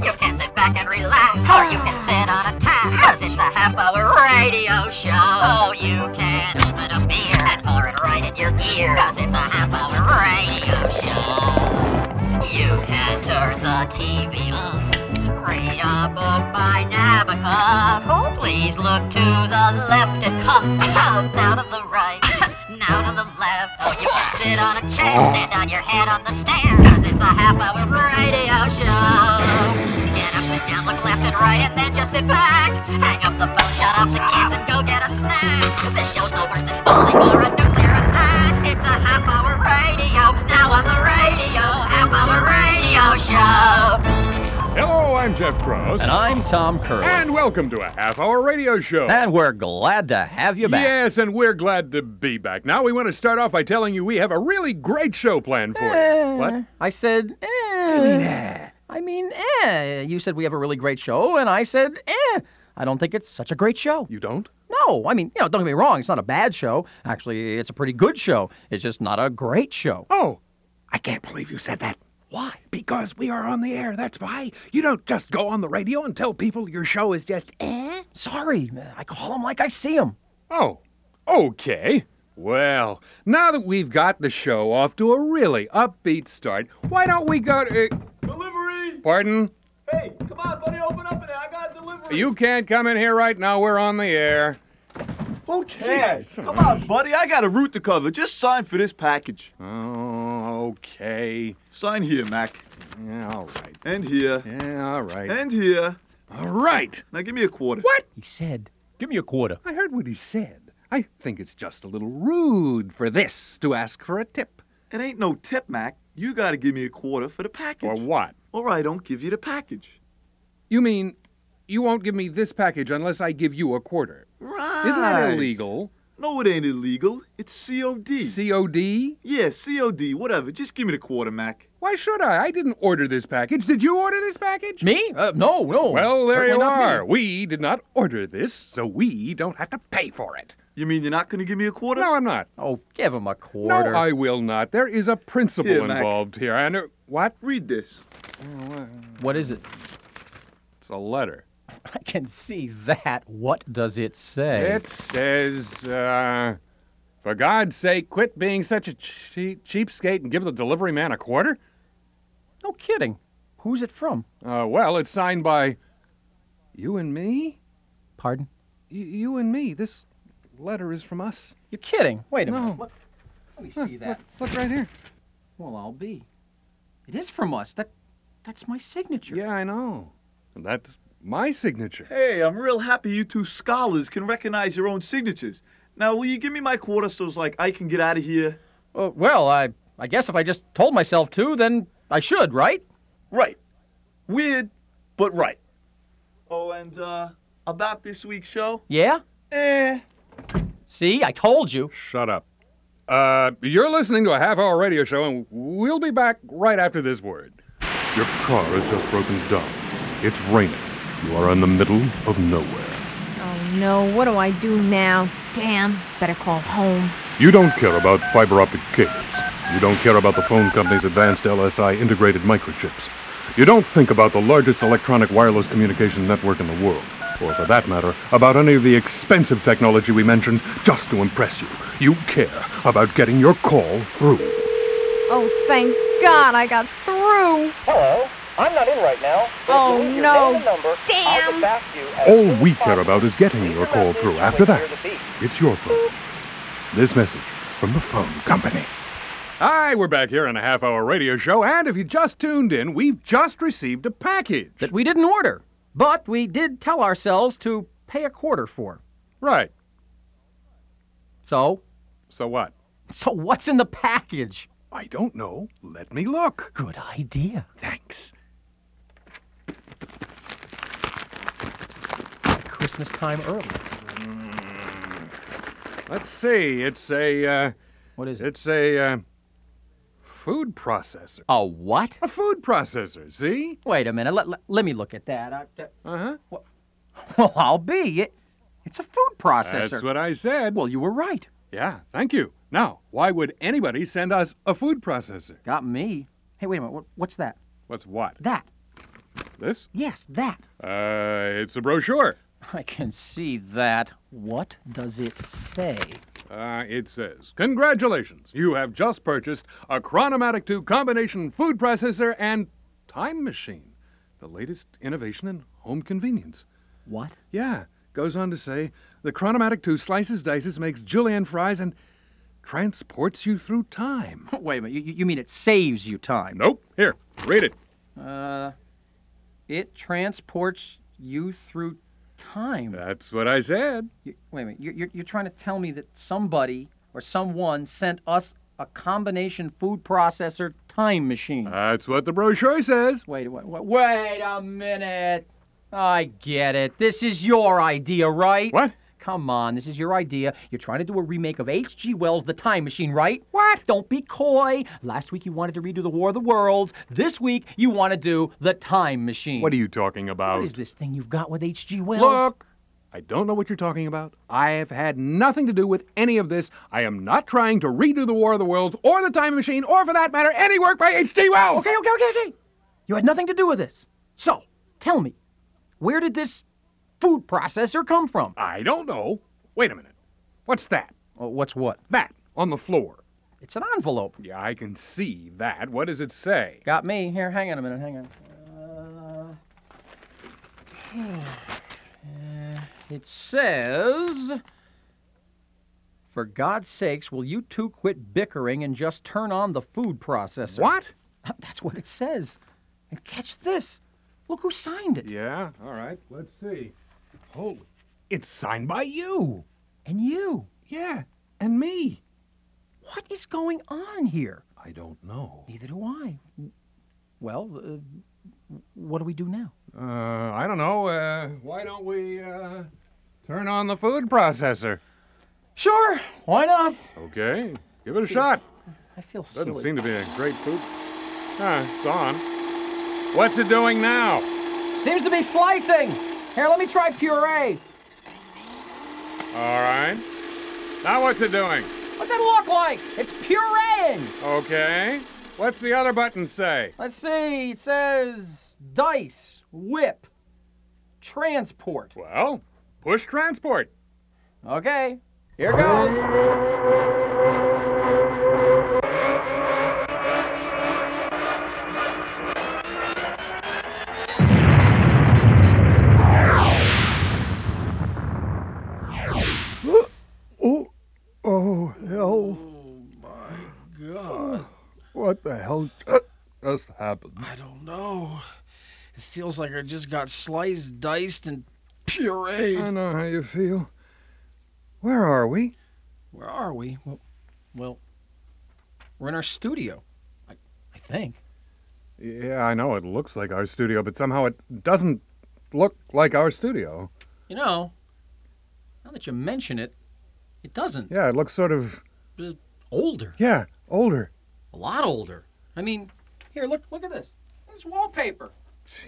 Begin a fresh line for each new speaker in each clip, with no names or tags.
back and relax. Or you can sit on a tap, cause it's a half hour radio show. Oh, you can open a beer and pour it right in your ear, cause it's a half hour radio show. You can turn the TV off. Read a book by Nabokov. Oh, Please look to the left and cuff. now to the right, now to the left. Or you can sit on a chair, stand on your head on the stair. Cause it's a half hour radio show. Get up, sit down, look left and right, and then just sit back. Hang up the phone, shut off the kids, and go get a snack. This show's no worse than bowling or a nuclear attack. It's a half hour radio, now on the radio, half hour radio show.
Hello, I'm Jeff Cross.
And I'm Tom Curley.
And welcome to a half hour radio show.
And we're glad to have you back.
Yes, and we're glad to be back. Now, we want to start off by telling you we have a really great show planned for
Eh,
you. What?
I said, eh. I mean, eh. You said we have a really great show, and I said, eh. I don't think it's such a great show.
You don't?
No, I mean, you know, don't get me wrong. It's not a bad show. Actually, it's a pretty good show. It's just not a great show.
Oh. I can't believe you said that. Why? Because we are on the air, that's why. You don't just go on the radio and tell people your show is just eh.
Sorry, I call them like I see them.
Oh, okay. Well, now that we've got the show off to a really upbeat start, why don't we go to.
Delivery!
pardon?
Hey, come on, buddy, open up in there. I got delivery.
You can't come in here right now. We're on the air.
Who cares? Come on, buddy. I got a route to cover. Just sign for this package.
Oh, okay.
Sign here, Mac.
Yeah, all right.
And here.
Yeah, all right.
And here.
all right.
Now give me a quarter.
What?
He said,
Give me a quarter.
I heard what he said. I think it's just a little rude for this to ask for a tip.
It ain't no tip, Mac. You gotta give me a quarter for the package.
Or what?
Or I don't give you the package.
You mean you won't give me this package unless I give you a quarter?
Right.
Isn't that illegal?
No, it ain't illegal. It's COD.
COD?
yeah, COD, whatever. Just give me the quarter, Mac.
Why should I? I didn't order this package. Did you order this package?
Me? Uh, no, no.
Well, there
certainly
you
not me.
are. We did not order this, so we don't have to pay for it.
You mean you're not gonna give me a quarter?
No, I'm not.
Oh, give him a quarter.
No, I will not. There is a principle
Here, Mac.
involved here. I know. What?
Read this.
What is it?
It's a letter.
I can see that. What does it say?
It says, uh, for God's sake, quit being such a che- cheapskate and give the delivery man a quarter?
No kidding. Who's it from?
Uh, well, it's signed by you and me?
Pardon?
Y- you and me. This letter is from us.
You're kidding. Wait a
No.
minute. Let, let me see that.
Look right here.
Well, I'll be. It is from us. That that's my signature.
Yeah, I know. And that's my signature.
Hey, I'm real happy you two scholars can recognize your own signatures. Now, will you give me my quarter so it's like I can get out of here?
Uh, well, I I guess if I just told myself to, then I should, right?
Right. Weird, but right. Oh, and uh, about this week's show?
Yeah?
Eh.
See, I told you.
Shut up. Uh, you're listening to a half hour radio show, and we'll be back right after this word. Your car has just broken down. It's raining. You are in the middle of nowhere.
Oh no, what do I do now? Damn, better call home.
You don't care about fiber optic cables. You don't care about the phone company's advanced LSI integrated microchips. You don't think about the largest electronic wireless communication network in the world. Or, for that matter, about any of the expensive technology we mentioned just to impress you. You care about getting your call through.
Oh, thank God I got through.
Hello, I'm not in right now. but if
Oh,
you leave your
no.
name and number, I'll
Damn.
get back to you as soon
All
as
we care
possible.
about is getting
Leave
your
your
call
message
through.
when
After
you hear
that,
the beep.
it's your problem. This message from the phone company. Hi, we're back here on a half hour radio show, and if you just tuned in, we've just received a package.
That we didn't order. But we did tell ourselves to pay a quarter for.
Right.
So,
So what?
so what's in the package?
I don't know. Let me look.
Good idea.
Thanks.
Christmas time early.
Let's see. It's a, uh,
What is it?
it's a, uh, food processor.
A what?
A food processor, see?
Wait a minute. Let, let, let me look at that. I, that-
Uh huh.
well, I'll be. It, it's a food processor.
That's what I said.
Well, you were right.
Yeah, thank you. Now, why would anybody send us a food processor?
Got me. Hey, wait a minute. What, what's that?
What's what?
That.
This?
Yes, that.
Uh, it's a brochure.
I can see that. What does it say?
Uh, it says, Congratulations! You have just purchased a Chronomatic 2 combination food processor and time machine. The latest innovation in home convenience.
What?
Yeah, goes on to say, the Chronomatic 2 slices, dices, makes julienne fries, and transports you through time.
Wait a minute. You, you you mean it saves you time?
Nope. Here, read it.
Uh, it transports you through time.
That's what I said.
You- wait a minute. You're, you're, you're trying to tell me that somebody or someone sent us a combination food processor time machine.
That's what the brochure says.
wait, wait, wait, wait a minute. I get it. This is your idea, right?
What?
Come on, this is your idea. You're trying to do a remake of H.G. Wells' The Time Machine, right? What? Don't be coy. Last week you wanted to redo The War of the Worlds. This week you want to do The Time Machine.
What are you talking about?
What is this thing you've got with H.G. Wells?
Look, I don't know what you're talking about. I have had nothing to do with any of this. I am not trying to redo the War of the Worlds or the Time Machine or, for that matter, any work by H.G. Wells.
Okay, okay, okay, okay. You had nothing to do with this. So, tell me, where did this food processor come from?
I don't know. Wait a minute. Uh, What's that?
Oh, what's what?
That on the floor.
It's an envelope.
Yeah, I can see that. What does it say?
Got me. Here, hang on a minute, hang on. Uh, it says, For God's sakes, will you two quit bickering and just turn on the food processor?
What?
That's what it says. And catch this. Look who signed it.
Yeah, all right. Let's see. Holy. It's signed by you.
And you.
Yeah, and me.
What is going on here?
I don't know.
Neither do I. Well, uh, what do we do now?
Uh, I don't know. Uh, why don't we uh, turn on the food processor?
Sure, why not?
Okay, give it a shot.
I feel
Doesn't
silly.
seem to be a great food. Huh, it's on. What's it doing now?
Seems to be slicing. Here, let me try puree.
All right. Now what's it doing?
What's it look like? It's pureeing.
Okay. What's the other button say?
Let's see. It says dice, whip, transport.
Well, push transport.
Okay, here goes.
Oh, hell.
God,
What the hell just happened?
I don't know. It feels like I just got sliced, diced, and pureed.
I know how you feel. Where are we?
Where are we? Well, well,
We're in our studio. I, I think.
Yeah, I know it looks like our studio, but somehow it doesn't look like our studio.
You know, now that you mention it, it doesn't.
Yeah, it looks sort of,
Older,
yeah, older.
a lot older. I mean, here, look, look at this. It's wallpaper.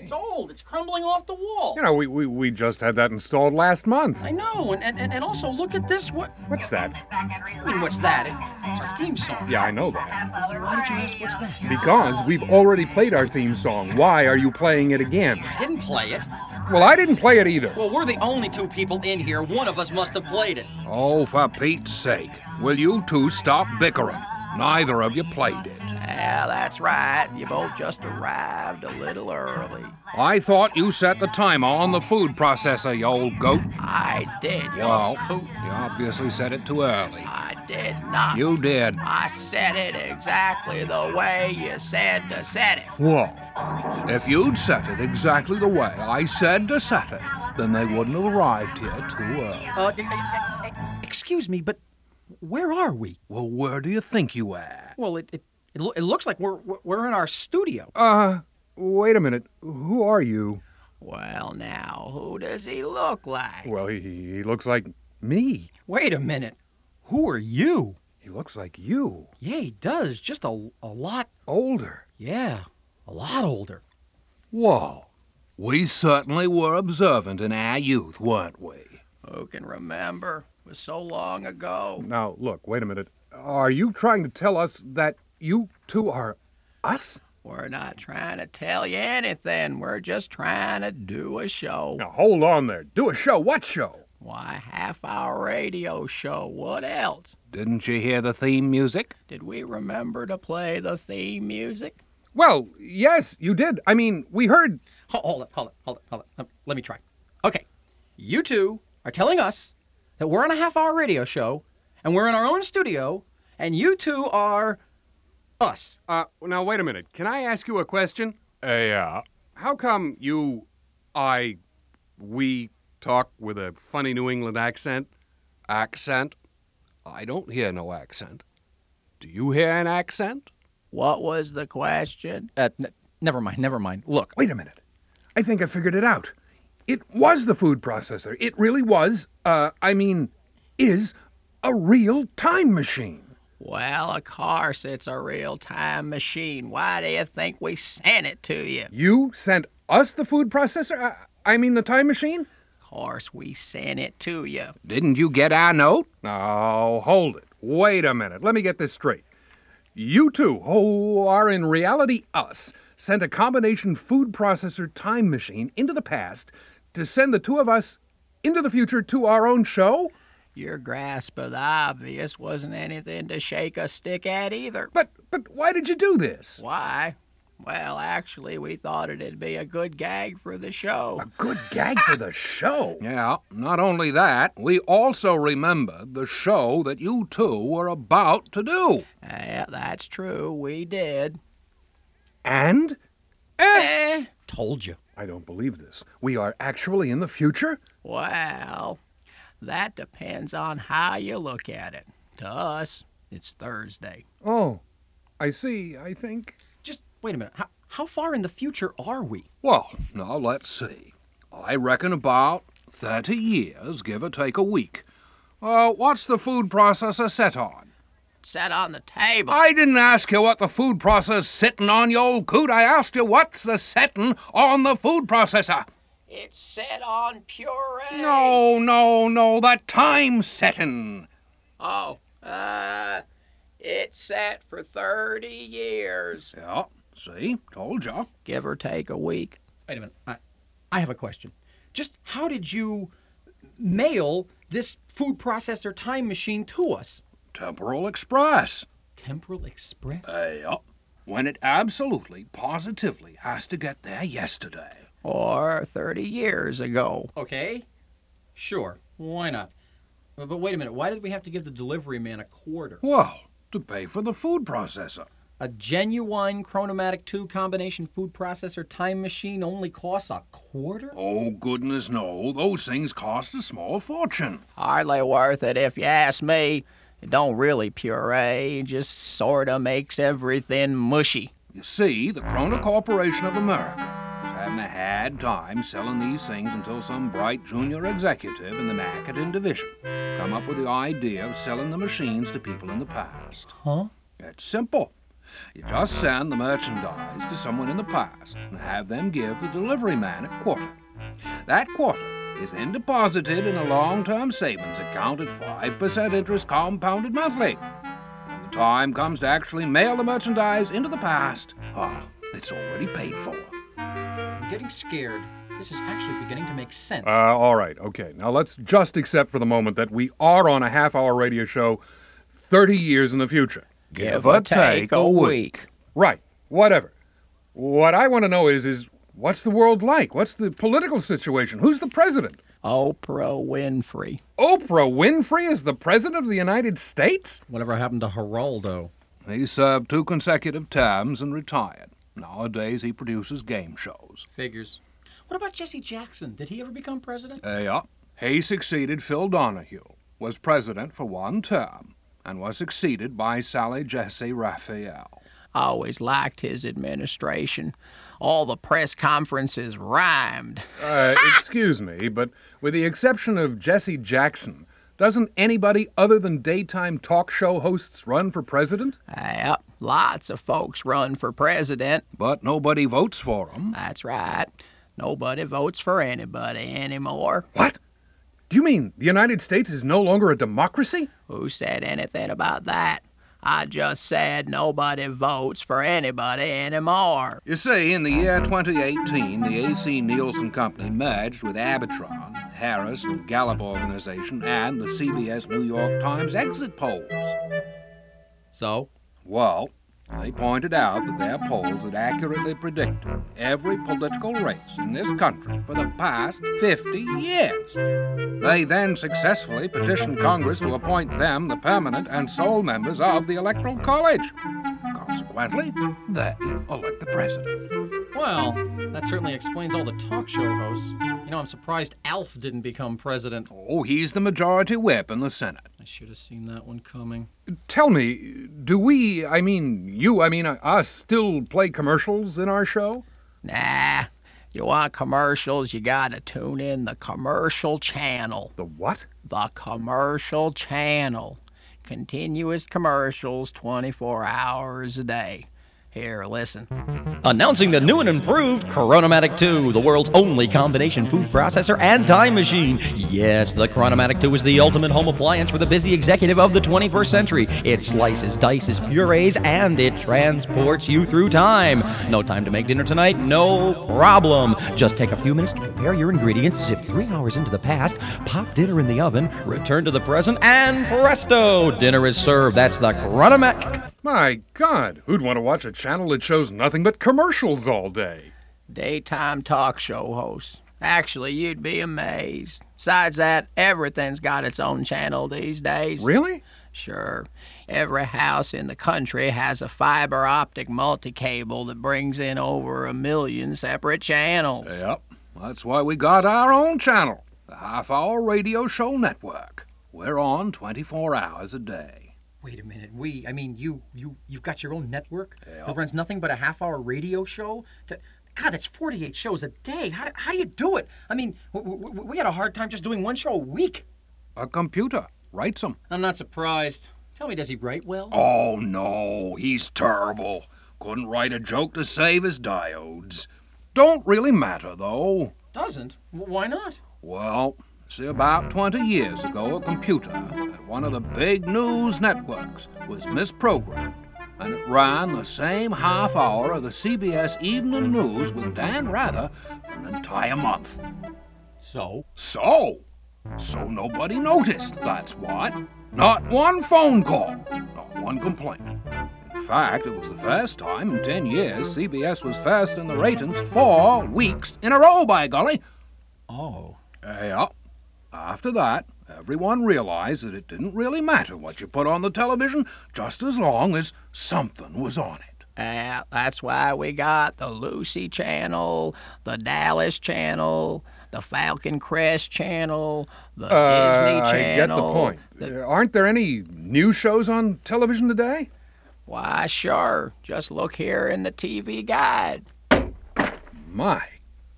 It's old. It's crumbling off the wall.
You know, we, we, we just had that installed last month.
I know, and, and, and- and also look at this. What?
What's that?
I mean, what's that? It- It's our theme song.
Yeah, I know that.
Why did you ask what's that?
Because we've already played our theme song. Why are you playing it again?
I didn't play it.
Well, I didn't play it either.
Well, we're the only two people in here. One of us must have played it.
Oh, for Pete's sake, will you two stop bickering? Neither of you played it.
yeah, that's right. You both just arrived a little early.
I thought you set the timer on the food processor, you old goat.
I did.
Well, you obviously set it too early.
I did not.
You did.
I said it exactly the way you said to set it.
Well, if you'd set it exactly the way I said to set it, then they wouldn't have arrived here too early.
Uh, e- e- e- excuse me, but where are we?
Well, where do you think you are?
Well, it it, it, lo- it looks like we're we're in our studio.
Uh, wait a minute. Who are you?
Well, now, who does he look like?
Well, he, he looks like me.
Wait a minute. Who are you?
He looks like you.
Yeah, he does. Just a a lot.
Older.
Yeah, a lot older.
Whoa, we certainly were observant in our youth, weren't we?
Who can remember? It was so long ago.
Now, look, wait a minute. Are you trying to tell us that you two are us?
We're not trying to tell you anything. We're just trying to do a show.
Now hold on there. Do a show. What show?
Why, half hour radio show. What else?
Didn't you hear the theme music?
Did we remember to play the theme music?
Well, yes, you did. I mean, we heard.
Hold, hold it, hold it, hold it, hold it. Um, Let me try. Okay, you two are telling us that we're on a half hour radio show and we're in our own studio, and you two are us.
Uh, now wait a minute. Can I ask you a question?
Uh,
yeah.
How come you, I, we talk with a funny New England accent?
Accent? I don't hear no accent. Do you hear an accent?
What was the question?
Uh, n- never mind, never mind. Look.
Wait a minute. I think I figured it out. It was the food processor. It really was, uh, I mean, is a real time machine.
Well, of course, it's a real time machine. Why do you think we sent it to you?
You sent us the food processor? I, I mean, the time machine?
Of course, we sent it to you.
Didn't you get our note?
Now, hold it. Wait a minute. Let me get this straight. You two, who are in reality us, sent a combination food processor time machine into the past to send the two of us into the future to our own show?
Your grasp of the obvious wasn't anything to shake a stick at either.
But but why did you do this?
Why? Well, actually, we thought it'd be a good gag for the show.
Good gag for the show.
Yeah, not only that, we also remembered the show that you two were about to do.
Yeah, that's true. We did.
And?
Eh.
Told you.
I don't believe this. We are actually in the future?
Well, that depends on how you look at it. To us, it's Thursday.
Oh, I see, I think.
Just wait a minute. How, how far in the future are we?
Well, now let's see. I reckon about 30 years, give or take a week. Uh, what's the food processor set on?
Set on the table.
I didn't ask you what the food processor's sitting on, you old coot. I asked you what's the setting on the food processor.
It's set on puree.
No, no, no, the time setting.
Oh, uh, it's set for 30 years.
Yeah, see, told ya.
Give or take a week.
Wait a minute. I, I have a question. Just how did you mail this food processor time machine to us?
Temporal Express.
Temporal Express?
Uh,
Yeah, when it absolutely, positively has to get there yesterday.
Or 30 years ago.
Okay. Sure. Why not? But, but wait a minute. Why did we have to give the delivery man a quarter?
Well, to pay for the food processor.
A genuine Chronomatic 2 combination food processor time machine only costs a quarter?
Oh, goodness, no. Those things cost a small fortune.
Hardly worth it if you ask me. It don't really puree, it just sorta makes everything mushy.
You see, the Krona Corporation of America was having a hard time selling these things until some bright junior executive in the marketing division come up with the idea of selling the machines to people in the past.
Huh?
It's simple. You just send the merchandise to someone in the past and have them give the delivery man a quarter. That quarter is then deposited in a long term savings account at 5% interest compounded monthly. When the time comes to actually mail the merchandise into the past, ah, it's already paid for.
I'm getting scared. This is actually beginning to make sense.
Uh, all right, okay. Now let's just accept for the moment that we are on a half hour radio show 30 years in the future.
Give or take a week.
Right, whatever. What I want to know is is what's the world like? What's the political situation? Who's the president?
Oprah Winfrey.
Oprah Winfrey is the president of the United States?
Whatever happened to Geraldo?
He served two consecutive terms and retired. Nowadays, he produces game shows.
Figures. What about Jesse Jackson? Did he ever become president?
Uh, Yeah. He succeeded Phil Donahue, was president for one term, and was succeeded by Sally Jesse Raphael.
I always liked his administration. All the press conferences rhymed.
Uh, excuse me, but with the exception of Jesse Jackson, doesn't anybody other than daytime talk show hosts run for president?
Yep, lots of folks run for president.
But nobody votes for him.
That's right. Nobody votes for anybody anymore.
What? Do you mean the United States is no longer a democracy?
Who said anything about that?
I just said nobody votes for anybody anymore.
You see, in the year 2018, the AC Nielsen Company merged with Abitron, Harris and Gallup Organization, and the CBS New York Times exit polls.
So?
Well, they pointed out that their polls had accurately predicted every political race in this country for the past 50 years. They then successfully petitioned Congress to appoint them the permanent and sole members of the Electoral College. Consequently, they elect the president.
Well, that certainly explains all the talk show hosts. You know, I'm surprised Alf didn't become president.
Oh, he's the majority whip in the Senate.
I should have seen that one coming.
Tell me, do we, I mean you, I mean uh, us, still play commercials in our show?
Nah, you want commercials, you gotta tune in the commercial channel.
The what?
The commercial channel. Continuous commercials 24 hours a day. Here, listen.
Announcing the new and improved Chronomatic 2, the world's only combination food processor and time machine. Yes, the Chronomatic 2 is the ultimate home appliance for the busy executive of the 21st century. It slices, dices, purees, and it transports you through time. No time to make dinner tonight? No problem. Just take a few minutes to prepare your ingredients, zip three hours into the past, pop dinner in the oven, return to the present, and presto! Dinner is served. That's the Chronomatic.
My God, who'd want to watch a channel that shows nothing but commercials all day?
Daytime talk show host. Actually, you'd be amazed. Besides that, everything's got its own channel these days.
Really?
Sure. Every house in the country has a fiber optic multi-cable that brings in over a million separate channels.
Yep. That's why we got our own channel, the Half Hour Radio Show Network. We're on 24 hours a day.
Wait a minute. We, I mean, you, you, you've got your own network that runs nothing but a half-hour radio show. To, God, that's 48 shows a day. How, do- how do you do it? I mean, w- w- w- we had a hard time just doing one show a week.
A computer writes them.
I'm not surprised. Tell me, does he write well?
Oh, no, he's terrible. Couldn't write a joke to save his diodes. Don't really matter, though.
Doesn't? W- why not?
Well, see, about 20 years ago, a computer at one of the big news networks was misprogrammed, and it ran the same half hour of the CBS Evening News with Dan Rather for an entire month.
So?
So? So nobody noticed, that's what. Not one phone call, not one complaint. In fact, it was the first time in 10 years CBS was first in the ratings four weeks in a row, by golly.
Oh.
Yeah. After that, everyone realized that it didn't really matter what you put on the television, just as long as something was on it.
Uh, that's why we got the Lucy Channel, the Dallas Channel, the Falcon Crest Channel, the
Uh,
Disney Channel.
I get the point. Uh, Aren't there any new shows on television today?
Why, sure. Just look here in the TV guide.
My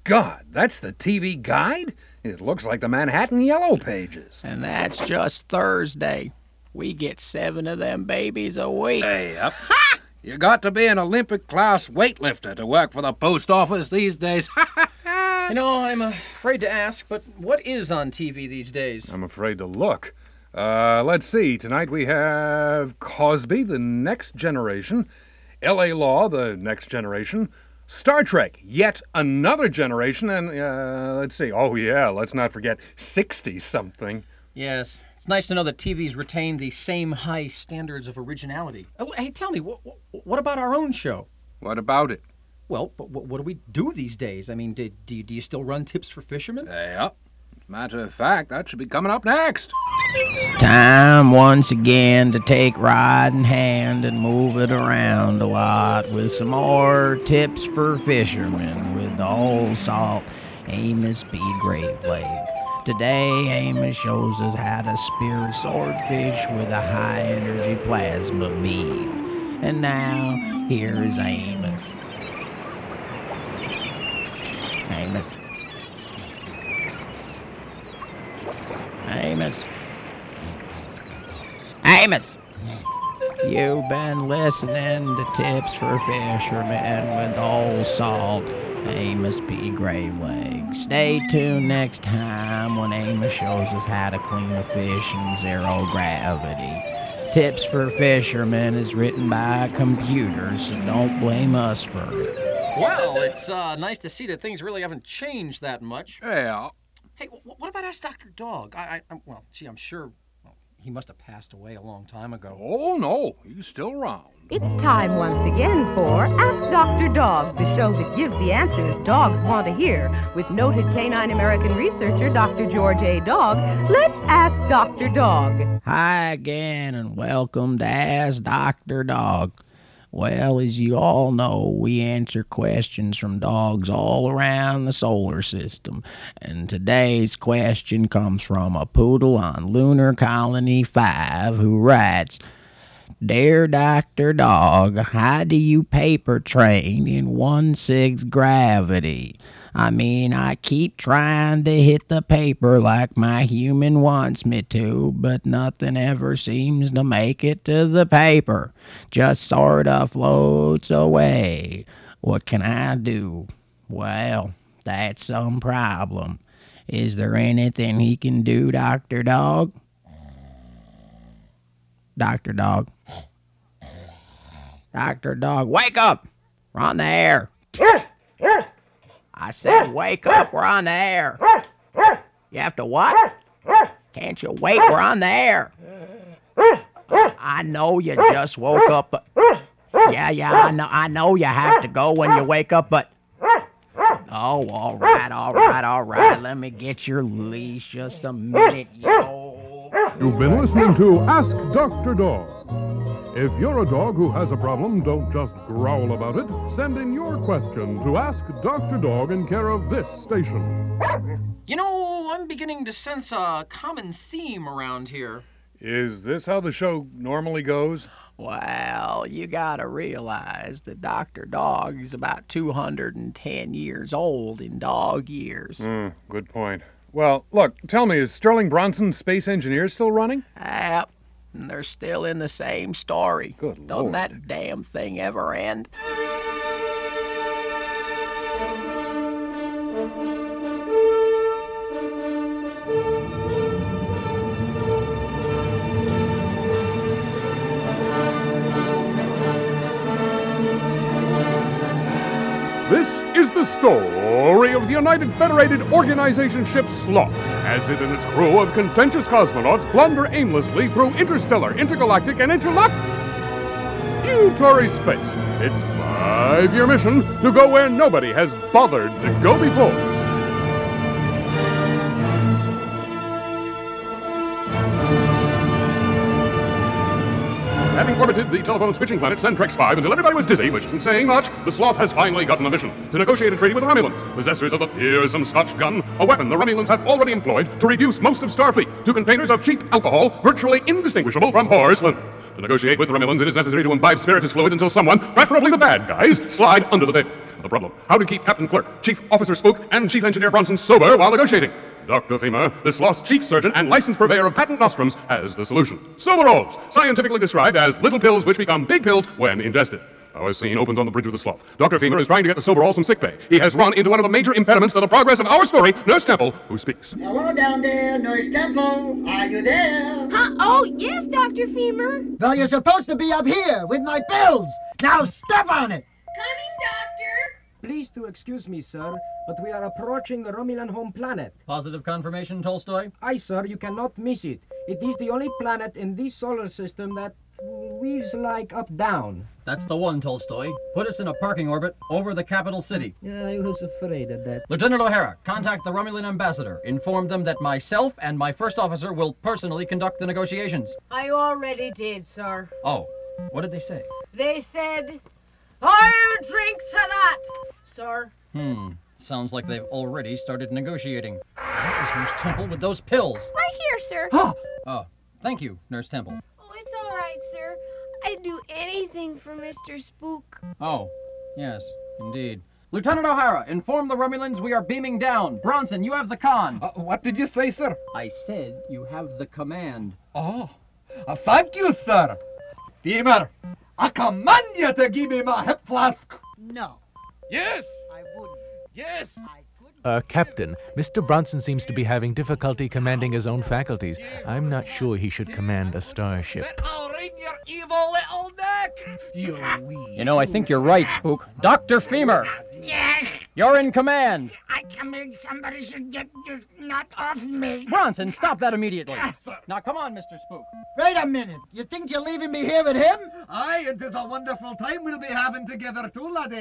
God, that's the TV guide? It looks like the Manhattan Yellow Pages.
And that's just Thursday. We get seven of them babies a week.
Hey, up. You got to be an Olympic class weightlifter to work for the post office these days.
You know, I'm uh, afraid to ask, but what is on TV these days?
Oh.
I'm afraid to look. Uh, let's see. Tonight we have Cosby, The Next Generation, L.A. Law, The Next Generation, Star Trek, Yet Another Generation, and uh, let's see. Oh, yeah, let's not forget 60 something.
Yes. It's nice to know that TV's retained the same high standards of originality. Oh, Hey, tell me, what, what about our own show?
What about it?
Well, but what, what do we do these days? I mean, do, do, you, do you still run tips for fishermen?
Yeah. Matter of fact, that should be coming up next.
Time once again to take rod in hand and move it around a lot with some more tips for fishermen with the old salt Amos B. Gravelake. Today, Amos shows us how to spear swordfish with a high energy plasma beam. And now, here's Amos. Amos. Amos. Amos! You've been listening to Tips for Fishermen with Old Salt, Amos P. Graveleg. Stay tuned next time when Amos shows us how to clean a fish in zero gravity. Tips for Fishermen is written by a computer, so don't blame us for it.
Well, it's uh, nice to see that things really haven't changed that much.
Uh.
Yeah.
Hey, wh- what about Ask Dr. Dog? I, I, I well, gee, I'm sure well, he must have passed away a long time ago.
Oh, no, he's still around.
It's time once again for Ask Dr. Dog, the show that gives the answers dogs want to hear. With noted canine American researcher Dr. George A. Dog, let's ask Dr. Dog.
Hi again, and welcome to Ask Dr. Dog. Well, as you all know, we answer questions from dogs all around the solar system. And today's question comes from a poodle on Lunar Colony 5 who writes Dear Dr. Dog, how do you paper train in 1 6 gravity? I mean, I keep trying to hit the paper like my human wants me to, but nothing ever seems to make it to the paper. Just sort of floats away. What can I do? Well, that's some problem. Is there anything he can do, Dr. Dog? Dr. Dog. Dr. Dog, wake up! We're on the air. I said, wake up, we're on the air. You have to what? Can't you wait? We're on the air. I know you just woke up. but- Yeah, yeah, I know. I know you have to go when you wake up, but oh, all right, all right, all right. Let me get your leash just a minute.
You've been listening to Ask Dr. Dog. If you're a dog who has a problem, don't just growl about it. Send in your question to Ask Dr. Dog in care of this station.
You know, I'm beginning to sense a common theme around here.
Is this how the show normally goes?
Well, you gotta realize that Dr. Dog is about 210 years old in dog years.
Hmm, good point. Well, look, tell me, is Sterling Bronson Space Engineer still running?
Yep, and they're still in the same story.
Good
Doesn't
lord.
that damn thing ever end?
This is the story of the United Federated Organization ship Sloth, as it and its crew of contentious cosmonauts blunder aimlessly through interstellar, intergalactic, and interlock. Utory space. Its five year mission to go where nobody has bothered to go before. Having orbited the telephone switching planet Centrex 5 until everybody was dizzy, which isn't saying much, the sloth has finally gotten a mission to negotiate a treaty with the Romulans, possessors of the fearsome Scotch gun, a weapon the Romulans have already employed to reduce most of Starfleet to containers of cheap alcohol virtually indistinguishable from porcelain. To negotiate with the Romulans, it is necessary to imbibe spirituous fluids until someone, preferably the bad guys, slide under the table. The problem how to keep Captain Clerk, Chief Officer Spook, and Chief Engineer Bronson sober while negotiating. Dr. Femur, the sloth's chief surgeon and licensed purveyor of patent nostrums, has the solution. Soberolls, scientifically described as little pills which become big pills when ingested. Our scene opens on the bridge with the sloth. Dr. Femur is trying to get the Soberall some sick bay. He has run into one of the major impediments to the progress of our story, Nurse Temple, who speaks.
Hello down there, Nurse Temple. Are you there? Huh? Oh, yes, Dr. Femur. Well, you're supposed to be up here with my pills. Now step on it.
Please to excuse me, sir, but we are approaching the Romulan home planet.
Positive confirmation, Tolstoy?
Aye, sir, you cannot miss it. It is the only planet in this solar system that weaves like up down.
That's the one, Tolstoy. Put us in a parking orbit over the capital city.
Yeah, I was afraid of that.
Lieutenant O'Hara, contact the Romulan ambassador. Inform them that myself and my first officer will personally conduct the negotiations.
I already did, sir.
Oh, what did they say?
They said, I'll drink to that, sir.
Hmm, sounds like they've already started negotiating. What is Nurse Temple with those pills?
Right here, sir.
Oh, thank you, Nurse Temple.
Oh, it's all right, sir. I'd do anything for Mr. Spook.
Oh, yes, indeed. Lieutenant O'Hara, inform the Romulans we are beaming down. Bronson, you have the con.
what did you say, sir?
I said you have the command.
Oh, uh, thank you, sir. Beamer, I command you to give me my hip flask.
No.
Yes.
I wouldn't.
Yes.
I couldn't.
Uh, Captain, Mr. Bronson seems to be having difficulty commanding his own faculties. I'm not sure he should command a starship.
I'll wring your evil little neck. You wee.
You know, I think you're right, Spook. Dr. Femur,
Yes,
you're in command.
I command somebody should get this nut off me.
Bronson, stop that immediately. Now, come on, Mr. Spook.
Wait a minute. You think you're leaving me here with him?
Aye, it is a wonderful time we'll be having together, too, laddie.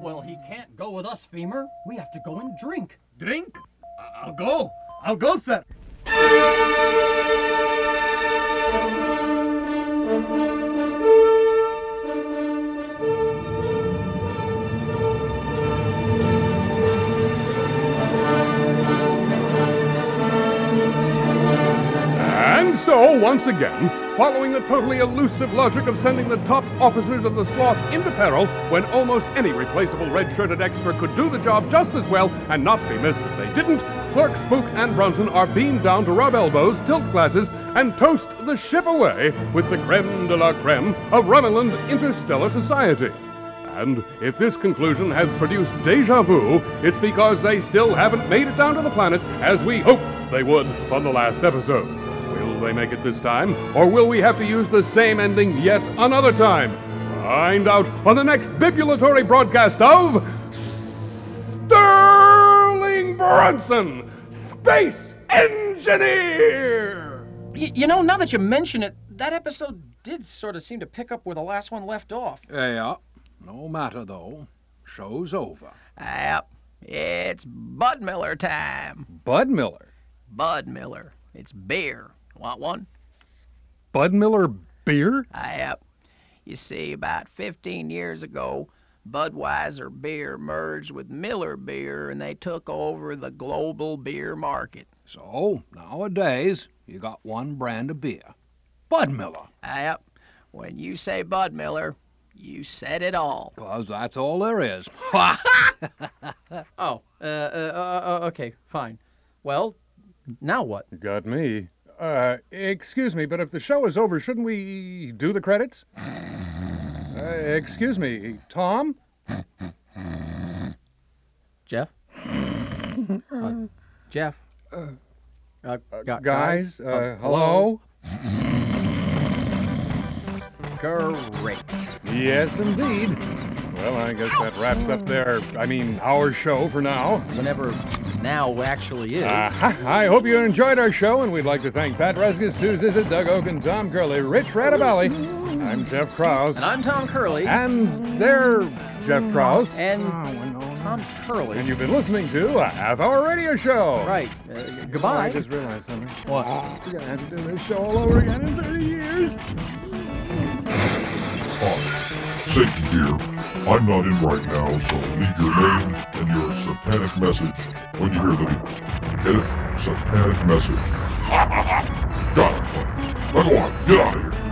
Well, he can't go with us, Femur. We have to go and drink.
Drink? I- I'll go. I'll go, sir.
And so, once again, following the totally elusive logic of sending the top officers of the sloth into peril when almost any replaceable red shirted extra could do the job just as well and not be missed if they didn't, Clerk Spook and Bronson are beamed down to rub elbows, tilt glasses, and toast the ship away with the creme de la creme of Rumeland Interstellar Society. And if this conclusion has produced deja vu, it's because they still haven't made it down to the planet as we hoped they would on the last episode. Will they make it this time, or will we have to use the same ending yet another time? Find out on the next bibulatory broadcast of Sterling Brunson, Space Engineer!
Y- you know, now that you mention it, that episode did sort of seem to pick up where the last one left off.
Yeah, no matter though. Show's over.
Yep. It's Bud Miller time.
Bud Miller.
Bud Miller. It's beer. Want one?
Bud Miller beer?
Yep. You see, about 15 years ago, Budweiser beer merged with Miller beer and they took over the global beer market.
So, nowadays, you got one brand of beer Bud Miller.
Yep. When you say Bud Miller, you said it all.
'Cause that's all there is. Ha!
Oh, uh, uh, uh, uh, okay, fine. Well, now what?
Got me. Uh, excuse me, but if the show is over, shouldn't we do the credits? Uh, excuse me, Tom?
Jeff? Uh, Jeff? Uh, gu-
guys, uh, hello?
Great.
Yes, indeed. Well, I guess that wraps up their, I mean, our show for now.
Whenever now actually is.
Uh-huh. I hope you enjoyed our show, and we'd like to thank Pat Reskus, Sue Zizza, Doug Oaken, Tom Curley, Rich Radabelli. I'm Jeff Krause. And
I'm Tom Curley.
And they're Jeff Krause.
And Tom Curley.
And you've been listening to a half hour radio show.
Right. Uh, goodbye.
I just realized something.
What?
We're going to have to do this show all over again in 30 years.
Safety here. I'm not in right now, so leave your name and your satanic message when you hear the beep. Get it? Satanic message. Got it. Now go on. Get out of here.